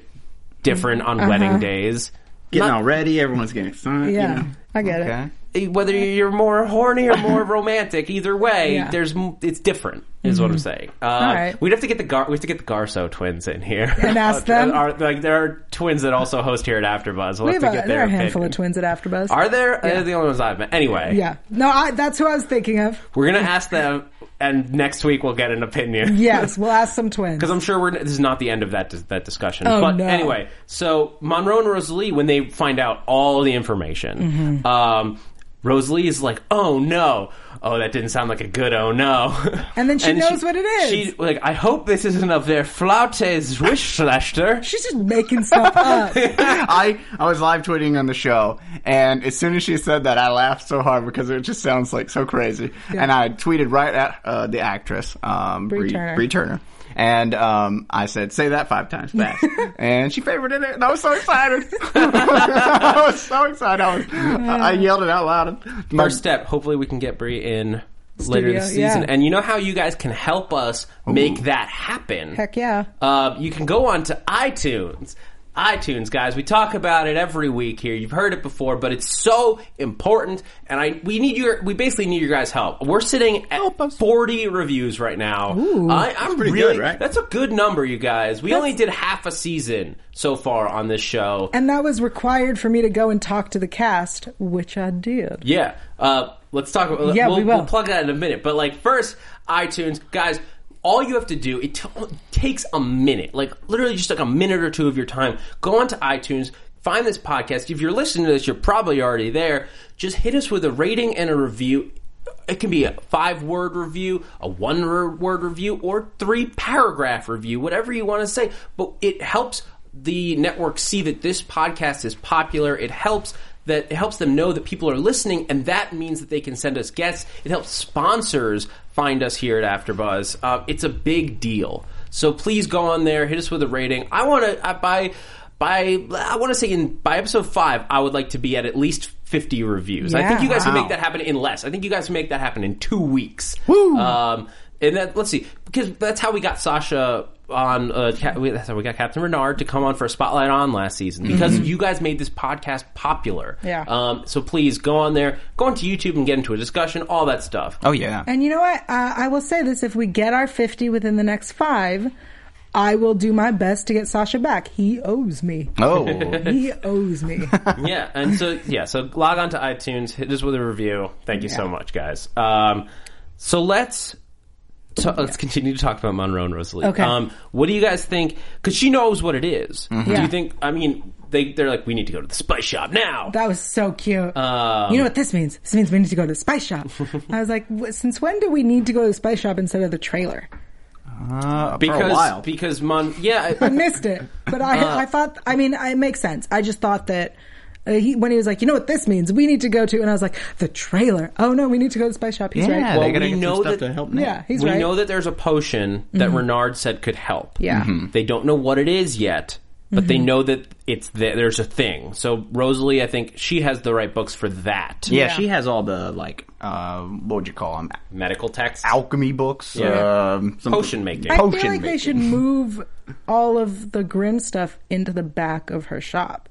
different on
Uh-huh.
wedding days.
getting
Not-
all ready, everyone's getting excited. You
yeah,
know?
I get it.
okay.
whether you're more horny or more romantic, either way,
Yeah. Mm-hmm.
there's m- it's different. Is what I'm saying. Uh,
right.
We'd have to get the Gar- we have to get the Garso twins in here
And ask
Uh,
them?
Are, like there are twins that also host here at AfterBuzz. We'll
We
have
have
to
a,
get
there
their
are a handful of
opinion.
twins at AfterBuzz.
Are there? They're the only ones I've met. Anyway,
Yeah. No, I, that's who I was thinking of.
we're gonna ask them, and next week we'll get an opinion.
Yes, we'll ask some twins.
Because I'm sure we're, this is not the end of that that discussion.
Oh,
but
no.
anyway, so Monroe and Rosalie, when they find out all the
Mm-hmm.
information, um, Rosalie is like, "Oh no, oh that didn't sound like a good oh no."
And then she knows what it is.
She like, I hope this isn't of their flautes wish slaster.
She's just making stuff up.
I I was live tweeting on the show, and as soon as she said that, I laughed so hard because it just sounds like so crazy. And I tweeted right at uh, the actress, um,
Bree
Bree
Turner.
Bree Turner. And um, I said, "Say that five times fast," and she favorited it, and I was so excited. I was so excited. I was, I I yelled it out loud. My-
First step. Hopefully, we can get Brie in later
Studio,
this season.
yeah.
And you know how you guys can help us make that happen?
Heck yeah.
Uh, you can go on to iTunes. iTunes, guys. We talk about it every week here. You've heard it before, but it's so important, and I we need your we basically need your guys' help. We're sitting at forty reviews right now. I, I'm
pretty
really
good, right?
that's a good number, you guys. We only did half a season so far on this show.
And that was required for me to go and talk to the cast, which I did.
Yeah. Uh, let's talk about
Yeah,
we'll,
we will.
we'll plug that in a minute. But like first, iTunes, guys, all you have to do, it t- takes a minute, like literally just like a minute or two of your time. Go onto iTunes, find this podcast. If you're listening to this, you're probably already there. Just hit us with a rating and a review. It can be a five word review, a one r- word review, or three paragraph review, whatever you want to say. But it helps the network see that this podcast is popular. It helps that it helps them know that people are listening, and that means that they can send us guests. It helps sponsors find us here at AfterBuzz. Uh, it's a big deal. So please go on there, hit us with a rating. I want to by by I want to say in by episode five, I would like to be at at least fifty reviews. I think
Yeah.
you guys can make that happen in less. I think you guys can make that happen in two weeks. Um, and that, let's see, because that's how we got Sasha on. Uh, Ca- we- that's how we got Captain Renard to come on for a spotlight on last season because you guys made this podcast popular.
Yeah.
Um, so please go on there, go onto YouTube and get into a discussion, all that stuff.
Oh yeah.
And you know what? Uh, I will say this: if we get our fifty within the next five, I will do my best to get Sasha back. He owes me.
Oh.
He owes me.
yeah, and so yeah, so log on to iTunes, hit us with a review. Thank you so much, guys. Um, so let's ta let's continue to talk about Monroe and Rosalie.
Okay. Mm-hmm.
Um, what do you guys think? Because she knows what it is. Do
Yeah.
you think? I mean, they they're like, we need to go to the spice shop now.
That was so cute. you know what this means? This means we need to go to the spice shop. I was like, "Wh- since when do we need to go to the spice shop instead of the trailer?
Uh,
because
for a while.
because Mon yeah
I missed it, but I, I thought. I mean, I- it makes sense. I just thought that. Uh, he, when he was like, you know what this means? We need to go to, and I was like, the trailer. Oh no, we need to go to the spice shop. He's
Yeah,
right.
they
Well,
gotta
we
get some
know
stuff
that-
to help.
Yeah,
Nate.
he's
we
right. Mm-hmm.
know that there's a potion that Renard said could help.
Yeah. Mm-hmm.
They don't know what it is yet, but they know that it's there, there's a thing. So Rosalie, I think she has the right books for that.
Yeah, she has all the like, uh, what would you call them?
Medical text.
Alchemy books.
Yeah.
Um, some-
Potion making.
I
I,
feel
Potion
like they
making.
should move all of the Grin stuff into the back of her shop.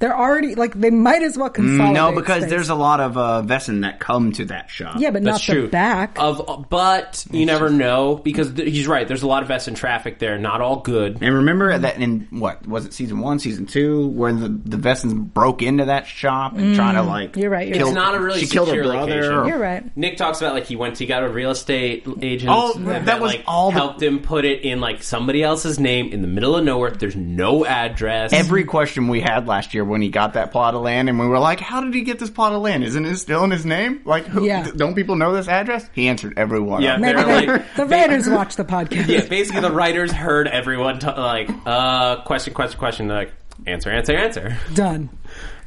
They're already like they might as well consolidate.
Mm, No, because
things.
there's a lot of uh, Vessin that come to that shop.
yeah, but not
That's true.
the back.
Uh,
Of, uh, but you never know because th- he's right. There's a lot of S in traffic there. Not all good.
And remember that in what was it season one, season two, where the the Vessins broke into that shop and trying to like
Mm, You're right, you're
kill-
right.
It's not a really
she killed her
secure
brother.
location.
or-
You're right.
Nick talks about like he went, he got a real estate agent.
Oh,
and
that
then,
was
like,
all the-
helped him put it in like somebody else's name in the middle of nowhere. There's no address.
Every question we had last year when he got that plot of land, and we were like, "How did he get this plot of land? Isn't it still in his name? Like, who,
Yeah.
th- don't people know this address?" He answered every one.
Yeah,
of them.
Maybe
they're
they,
like-
the writers watch the podcast.
yeah, basically the writers heard everyone t- like uh question, question, question. They're like answer, answer, answer.
Done.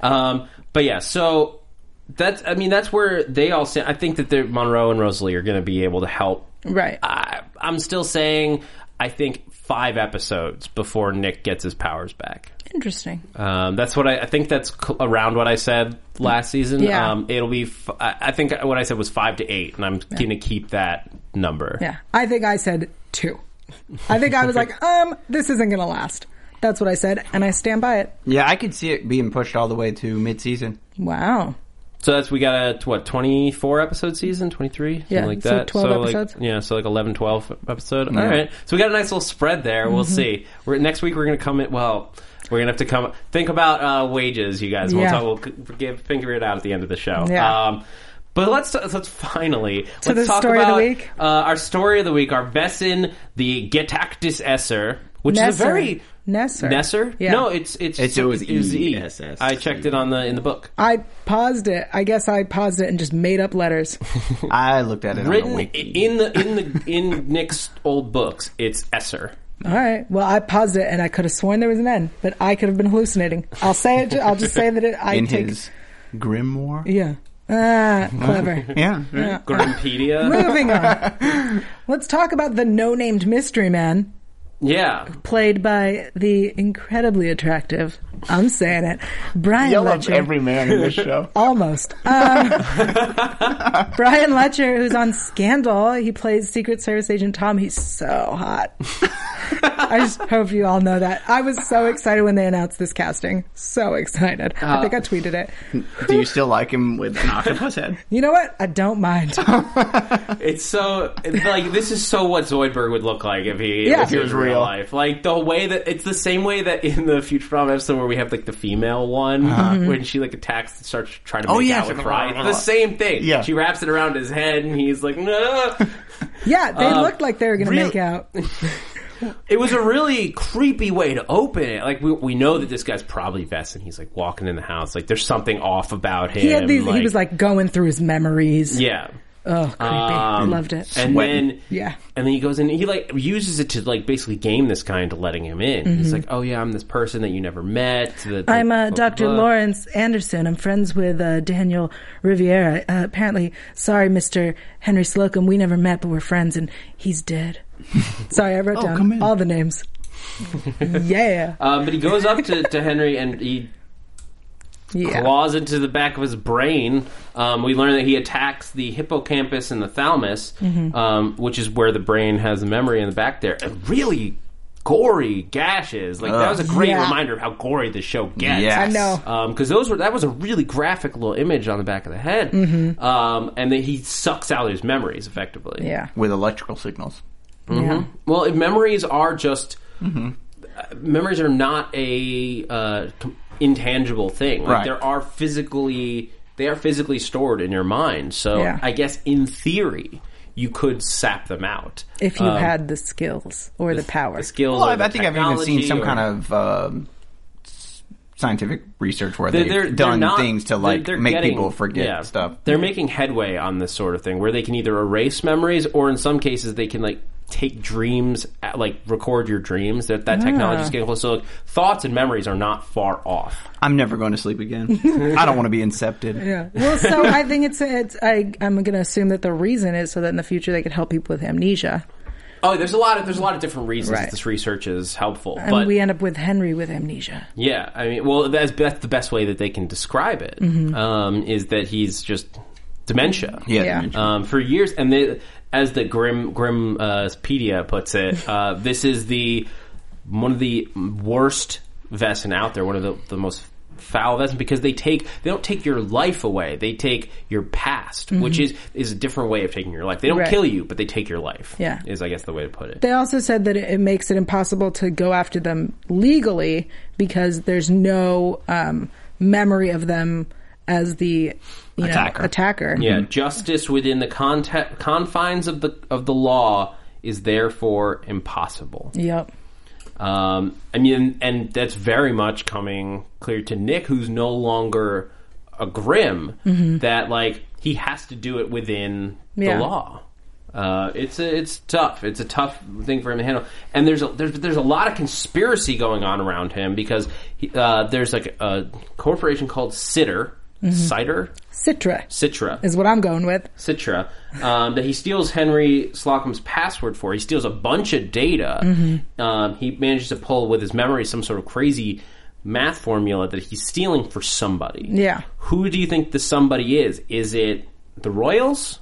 Um, but yeah, so that's I mean that's where they all stand. I think that they're- Monroe and Rosalie are going to be able to help.
Right.
Uh,
I, I'm still saying I think five episodes before Nick gets his powers back.
Interesting.
Um, that's what I, I think. That's c- around what I said last season.
Yeah.
Um, it'll be. F- I I think what I said was five to eight, and I'm going to keep that number.
Yeah. I think I said two. I think I was like, um, this isn't gonna last. That's what I said, and I stand by it.
yeah, I could see it being pushed all the way to mid season.
Wow.
So that's we got a what 24 episode season, 23, something
Yeah,
like
so
that.
12
like,
episodes.
yeah, so like 11, 12 episode. All right, so we got a nice little spread there. We'll
Mm-hmm.
see. We're, next week we're gonna come in. Well, we're gonna have to come think about uh, wages, you guys.
Yeah.
We'll talk. We'll give, figure it out at the end of the show.
Yeah.
Um, but let's let's finally let's
the
talk
story of the
about
week?
Uh, our story of the week. Our Vessin, the Getactus Esser, which is a
Nesser.
very
Nesser.
Nesser.
Yeah.
No, it's it's
It's- it was
E.
ESS.
I checked it on the in the book.
I paused it. I guess I paused it and just made up letters.
I looked at it on
written
the
i-
wiki.
in the in the in Nick's old books. It's Esser.
All right. Well, I paused it, and I could have sworn there was an N, but I could have been hallucinating. I'll say it. I'll just say that it. I
in
take,
his grimoire.
Yeah. Ah, clever.
Yeah.
Grimpedia.
Moving on. Let's talk about the no-named mystery man,
yeah.
played by the incredibly attractive. I'm saying it, Brian
I love
Letcher.
every man in this show.
Almost. Um, Brian Letcher, who's on Scandal, he plays Secret Service Agent Tom. He's so hot. I just hope you all know that. I was so excited when they announced this casting. So excited. I
Uh,
think I tweeted it.
Do you still like him with an octopus head?
You know what? I don't mind.
It's so it's like this is so what Zoidberg would look like if he
Yeah.
if he was real,
real.
life. Like the way that it's the same way that in the Futurama episode where we have like the female one when she like attacks and starts trying to make
Oh, yeah,
out with
she's like,
Fry.
"Blah, blah,
It's the
blah."
same thing.
Yeah.
She wraps it around his head and he's like, no.
Yeah, they
Uh,
looked like they were going to
real-
make out.
it was a really creepy way to open it. Like we we know that this guy's probably Vessin. He's like walking in the house. Like there's something off about him.
He had these. he was like going through his memories.
Yeah. Um,
Oh, creepy. Loved it.
and then
Yeah.
and then he goes in and he like uses it to like basically game this guy into letting him in he's like oh yeah i'm this person that you never met that-
Mm-hmm. I'm
blah,
uh, Dr.
blah, blah.
Lawrence Anderson. I'm friends with uh, Daniel Riviera. Uh, apparently, sorry, Mr. Henry Slocum. We never met, but we're friends, and he's dead. sorry, I wrote
come
down
in.
all the names. yeah.
um, but he goes up to, to henry and he
yeah.
claws into the back of his brain. Um, we learn that he attacks the hippocampus and the thalamus,
Mm-hmm.
um, which is where the brain has memory in the back there. And really gory gashes. Like that was a great
Yeah.
reminder of how gory the show gets.
Yes.
I know.
Because those were that was a really graphic little image on the back of the head, um, and then he sucks out his memories effectively.
Mm-hmm. Yeah.
With electrical signals.
Yeah.
Mm-hmm. Well, if memories are just
Mm-hmm.
uh, memories are not a uh, com- intangible thing. Like
Right.
there are physically they are physically stored in your mind. So
Yeah.
I guess in theory you could sap them out. Uh,
If you had the skills or the power.
The skills.
Well,
or
I,
the
I think I've even seen
technology
some
or-
kind of um, s- scientific research where
They're-
they've
they're- they're
done
not-
things to
they're-
like
they're
make
getting-
people forget
yeah.
stuff.
They're making headway on this sort of thing where they can either erase memories or in some cases they can like take dreams uh, like record your dreams that that technology is getting close so like, thoughts and memories are not far off
I'm never going to sleep again. I don't want to be incepted.
Yeah. Well, so I think it's, it's I, I'm going to assume that the reason is so that in the future they could help people with amnesia.
Oh, there's a lot of there's a lot of different reasons
Right.
that this research is helpful,
And
but
we end up with Henry with amnesia.
yeah, I mean, well, that's, that's the best way that they can describe it
Mm-hmm.
um, is that he's just dementia.
Yeah.
Yeah.
dimension.
Um, for years, and they, as the grim grim uh, pedia puts it, uh, this is the one of the worst vessin out there, one of the, the most foul vessin because they take they don't take your life away, they take your past, which is is a different way of taking your life. They don't
Mm-hmm. Right.
kill you, but they take your life.
Yeah.
is I guess the way to put it.
They also said that it it makes it impossible to go after them legally because there's no um, memory of them as the you know,
Attacker.
attacker.
Yeah, justice within the conte- confines of the of the law is therefore impossible.
Yep.
Um, I mean, and that's very much coming clear to Nick, who's no longer a grim. That like he has to do it within
Mm-hmm. Yeah.
the law. Uh, it's a, it's tough. It's a tough thing for him to handle. And there's a, there's there's a lot of conspiracy going on around him because he, uh, there's like a corporation called Sitter, Citer,
Citra
Citra
Mm-hmm. is what I'm going with.
Citra, um, that he steals Henry Slocum's password for. He steals a bunch of data.
Mm-hmm.
Um, he manages to pull with his memory some sort of crazy math formula that he's stealing for somebody.
Yeah.
Who do you think the somebody is? Is it the Royals?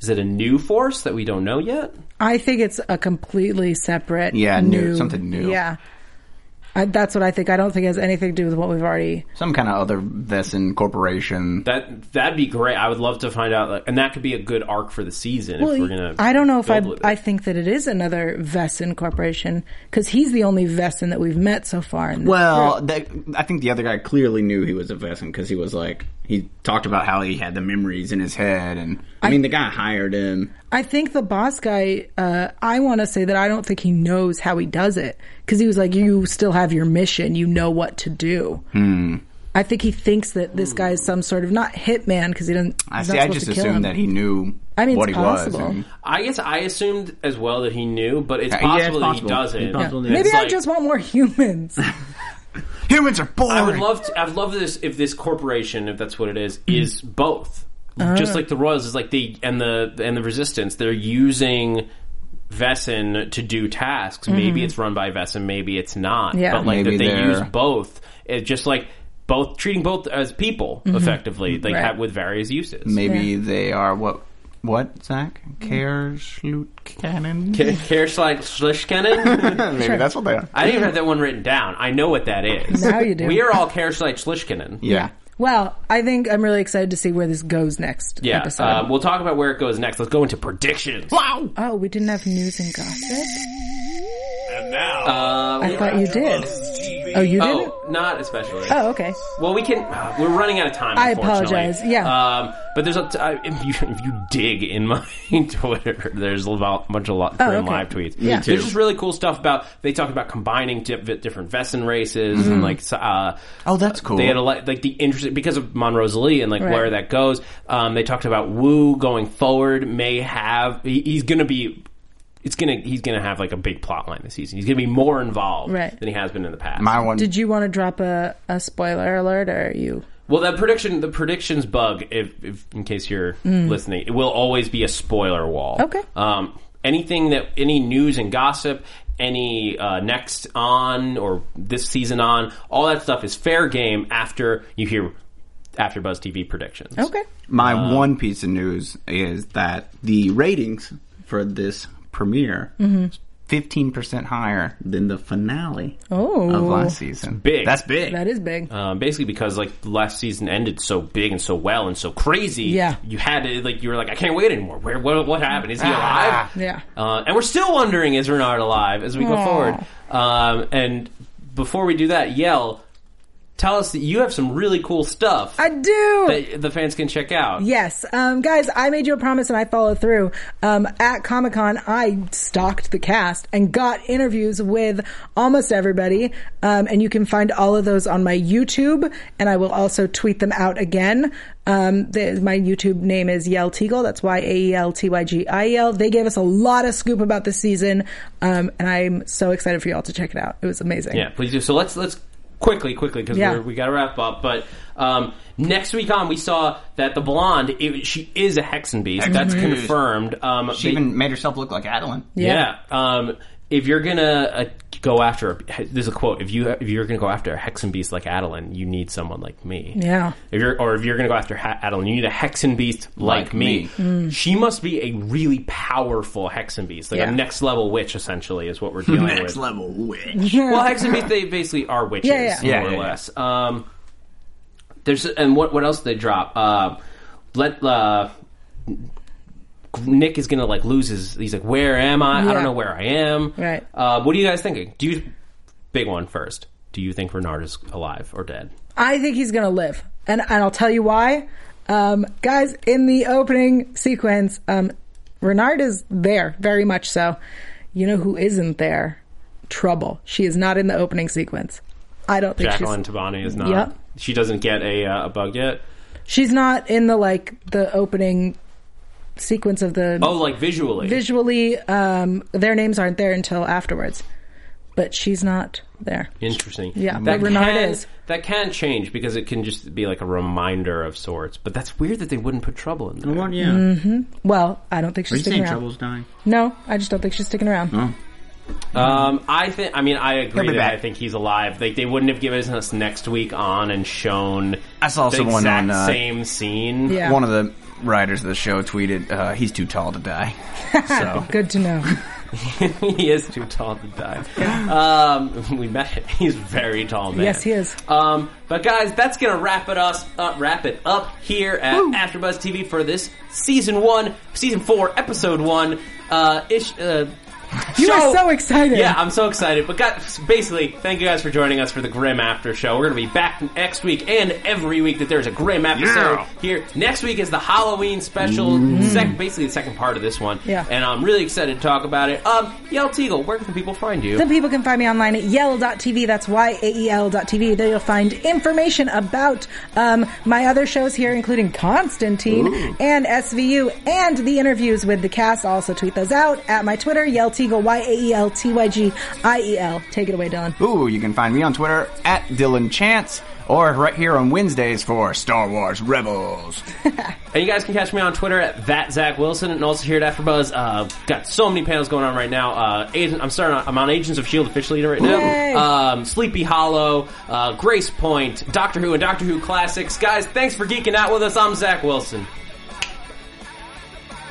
Is it a new force that we don't know yet?
I think it's a completely separate.
Yeah, new-
new
something new.
Yeah. I, that's what I think. I don't think it has anything to do with what we've already.
Some kind of other Vessin corporation.
That that'd be great. I would love to find out, like, and that could be a good arc for the season if we're gonna.
I don't know if I.
build with it.
I think that it is another Vessin corporation because he's the only Vessin that we've met so far. In this
Well, that, I think the other guy clearly knew he was a Vessin because he was like he talked about how he had the memories in his head, and I, mean the guy hired him.
I think the boss guy, uh, I want to say that I don't think he knows how he does it. Cause he was like, you still have your mission. You know what to do.
Hmm.
I think he thinks that this guy is some sort of not hitman cause he doesn't.
I
he's
see.
not
I
supposed
just
to kill him.
assumed that he knew
I mean, it's
what he
possible.
was. and-
I guess I assumed as well that he knew, but it's
Yeah, yeah, it's
possible, that he
possible.
doesn't.
It's possible that-
It's
Maybe I
like-
just want more humans.
Humans are boring.
I would love to. I'd love this if this corporation, if that's what it is,
Mm-hmm.
is both.
Ah.
Just like the Royals is like the and the and the Resistance, they're using Vessin to do tasks. Maybe it's run by Vessin, maybe it's not.
Mm-hmm. Yeah.
But like
Maybe
that they
they're-
use both. It's just like both treating both as people effectively, like
Mm-hmm. Right.
have, with various uses.
Maybe they are what? What Zach? Caresloot cannon.
Care like Schlishkennen?
Maybe that's what they are.
I didn't even have that one written down. I know what that is.
Now you do.
We are all Care like Schlishkennen.
Yeah.
well, I think I'm really excited to see where this goes next
Yeah,
episode.
um, we'll talk about where it goes next. Let's go into predictions.
oh, we didn't have news and gossip.
And now,
I thought you did.
Buzz TV.
Oh, you didn't?
Oh, not especially.
Oh, okay.
Well, we can. uh, We're running out of time.
I
unfortunately.
apologize, yeah.
Um, but there's a. I, if you if you dig in my Twitter, there's a lo- bunch of lot
Oh,
grim
okay.
live tweets.
Me Yeah. too.
There's just really cool stuff about. They talked about combining di- different Vesson races
Mm-hmm.
and like. so- Uh,
Oh, that's cool.
They had a lot like the interesting because of Monroe's Lee and like
Right.
where that goes. Um, they talked about Wu going forward may have he, he's going to be. It's gonna. He's gonna have like a big plot line this season. He's gonna be more involved
Right.
than he has been in the past.
My one.
Did you want to drop a, a spoiler alert or are you?
Well, that prediction, the predictions bug, if, if in case you're listening, it will always be a spoiler wall.
Mm. Okay.
Um, anything that, any news and gossip, any uh, next on or this season on, all that stuff is fair game after you hear after Buzz TV predictions.
Okay.
My one piece of news is that the ratings for this premiere is 15% higher than the finale
Oh.
of last season.
Big.
That's big.
That is big.
Um, basically, because like last season ended so big and so well and so crazy,
Yeah. Ah.
you had to like you were like, I can't wait anymore. Where what what happened? Is he alive?
Yeah.
Uh, and we're still wondering is Renard alive as we go
Aw.
forward. Um, and before we do that, yell, tell us that you have some really cool stuff
I do.
that the fans can check out.
Yes. Um, guys, I made you a promise and I followed through. Um, at Comic Con, I stalked the cast and got interviews with almost everybody. Um, and you can find all of those on my YouTube and I will also tweet them out again. Um, the, my YouTube name is Yell Teagle. That's Y A E L T Y G I E L. They gave us a lot of scoop about this season. Um, and I'm so excited for y'all to check it out. It was amazing.
Yeah, please do. So let's let's quickly, quickly because
Yeah.
we're we got to wrap up. But um, next week on, we saw that the blonde it, she is a hexen beast. That's confirmed. Um,
She
they-
even made herself look like Adeline.
yeah. Um, if you're gonna uh, go after, a, there's a quote. If you if you're gonna go after a hexen beast like Adeline, you need someone like me.
Yeah.
If you're or if you're gonna go after ha- Adeline, you need a hexen beast like,
Like
me.
me.
Hmm.
She must be a really powerful hexen beast, like
Yeah.
a next level witch. Essentially, is what we're dealing with.
Next level witch.
Well, Hexen Beast, they basically are witches,
Yeah, yeah.
Yeah,
more
yeah,
or
yeah.
less. Um, there's and what what else did they drop? Uh, let uh, Nick is gonna like lose his. He's like, where am I? I
Yeah.
don't know where I am.
Right.
Uh, what are you guys thinking? Do you big one first? Do you think Renard is alive or dead?
I think he's gonna live, and and I'll tell you why. Um, guys, in the opening sequence, um, Renard is there, very much so. You know who isn't there? Trouble. She is not in the opening sequence. I don't think
Jacqueline Tabani is not.
Yep.
She doesn't get a uh, a bug yet.
she's she's not in the like the opening sequence of the
Oh, like visually.
visually. Um, their names aren't there until afterwards, but she's not there.
Interesting.
Yeah, but Renard
can,
is.
That can change because it can just be like a reminder of sorts. But that's weird that they wouldn't put trouble in there.
yeah.
Well, I don't think she's sticking around.
dying?
No, I just don't think she's sticking around.
Um, I think. I mean, I agree
He'll
that
be back.
I think he's alive. Like they wouldn't have given us next week on and shown.
I saw
the
someone
exact
on, uh,
same scene.
Yeah.
One of the writers of the show tweeted, uh, "He's too tall to die." So
Good to know.
he is too tall to die. Um, we met him. He's a very tall man.
Yes, he is.
Um, but guys, that's gonna wrap it us up. Wrap it up here at AfterBuzz TV for this season one, season four, episode one. Uh, ish. Uh,
You
show.
are so excited.
Yeah, I'm so excited. But guys, basically, thank you guys for joining us for the Grim After Show. We're going to be back next week and every week that there's a Grim episode
Yeah.
here. Next week is the Halloween special, sec- basically the second part of this one.
Mm. Yeah.
And I'm really excited to talk about it. Um, Yell Teagle, where can people find you?
The people can find me online at yell.tv. That's Y-A-E-L dot TV. There you'll find information about um, my other shows here, including Constantine and SVU and the interviews with the cast. I'll also tweet those out at my Twitter, Yell Teagle, Y-A-E-L-T-Y-G-I-E-L. E Take it away, Dylan.
Ooh, you can find me on Twitter at Dylan Chance or right here on Wednesdays for Star Wars Rebels.
And you guys can catch me on Twitter at that Zach Wilson, and also here at AfterBuzz. Uh, got so many panels going on right now. Uh, Agent, I'm starting. On, I'm on Agents of Shield E officially right
Yay.
now. Um, Sleepy Hollow, uh, Grace Point, Doctor Who, and Doctor Who classics. Guys, thanks for geeking out with us. I'm Zach Wilson.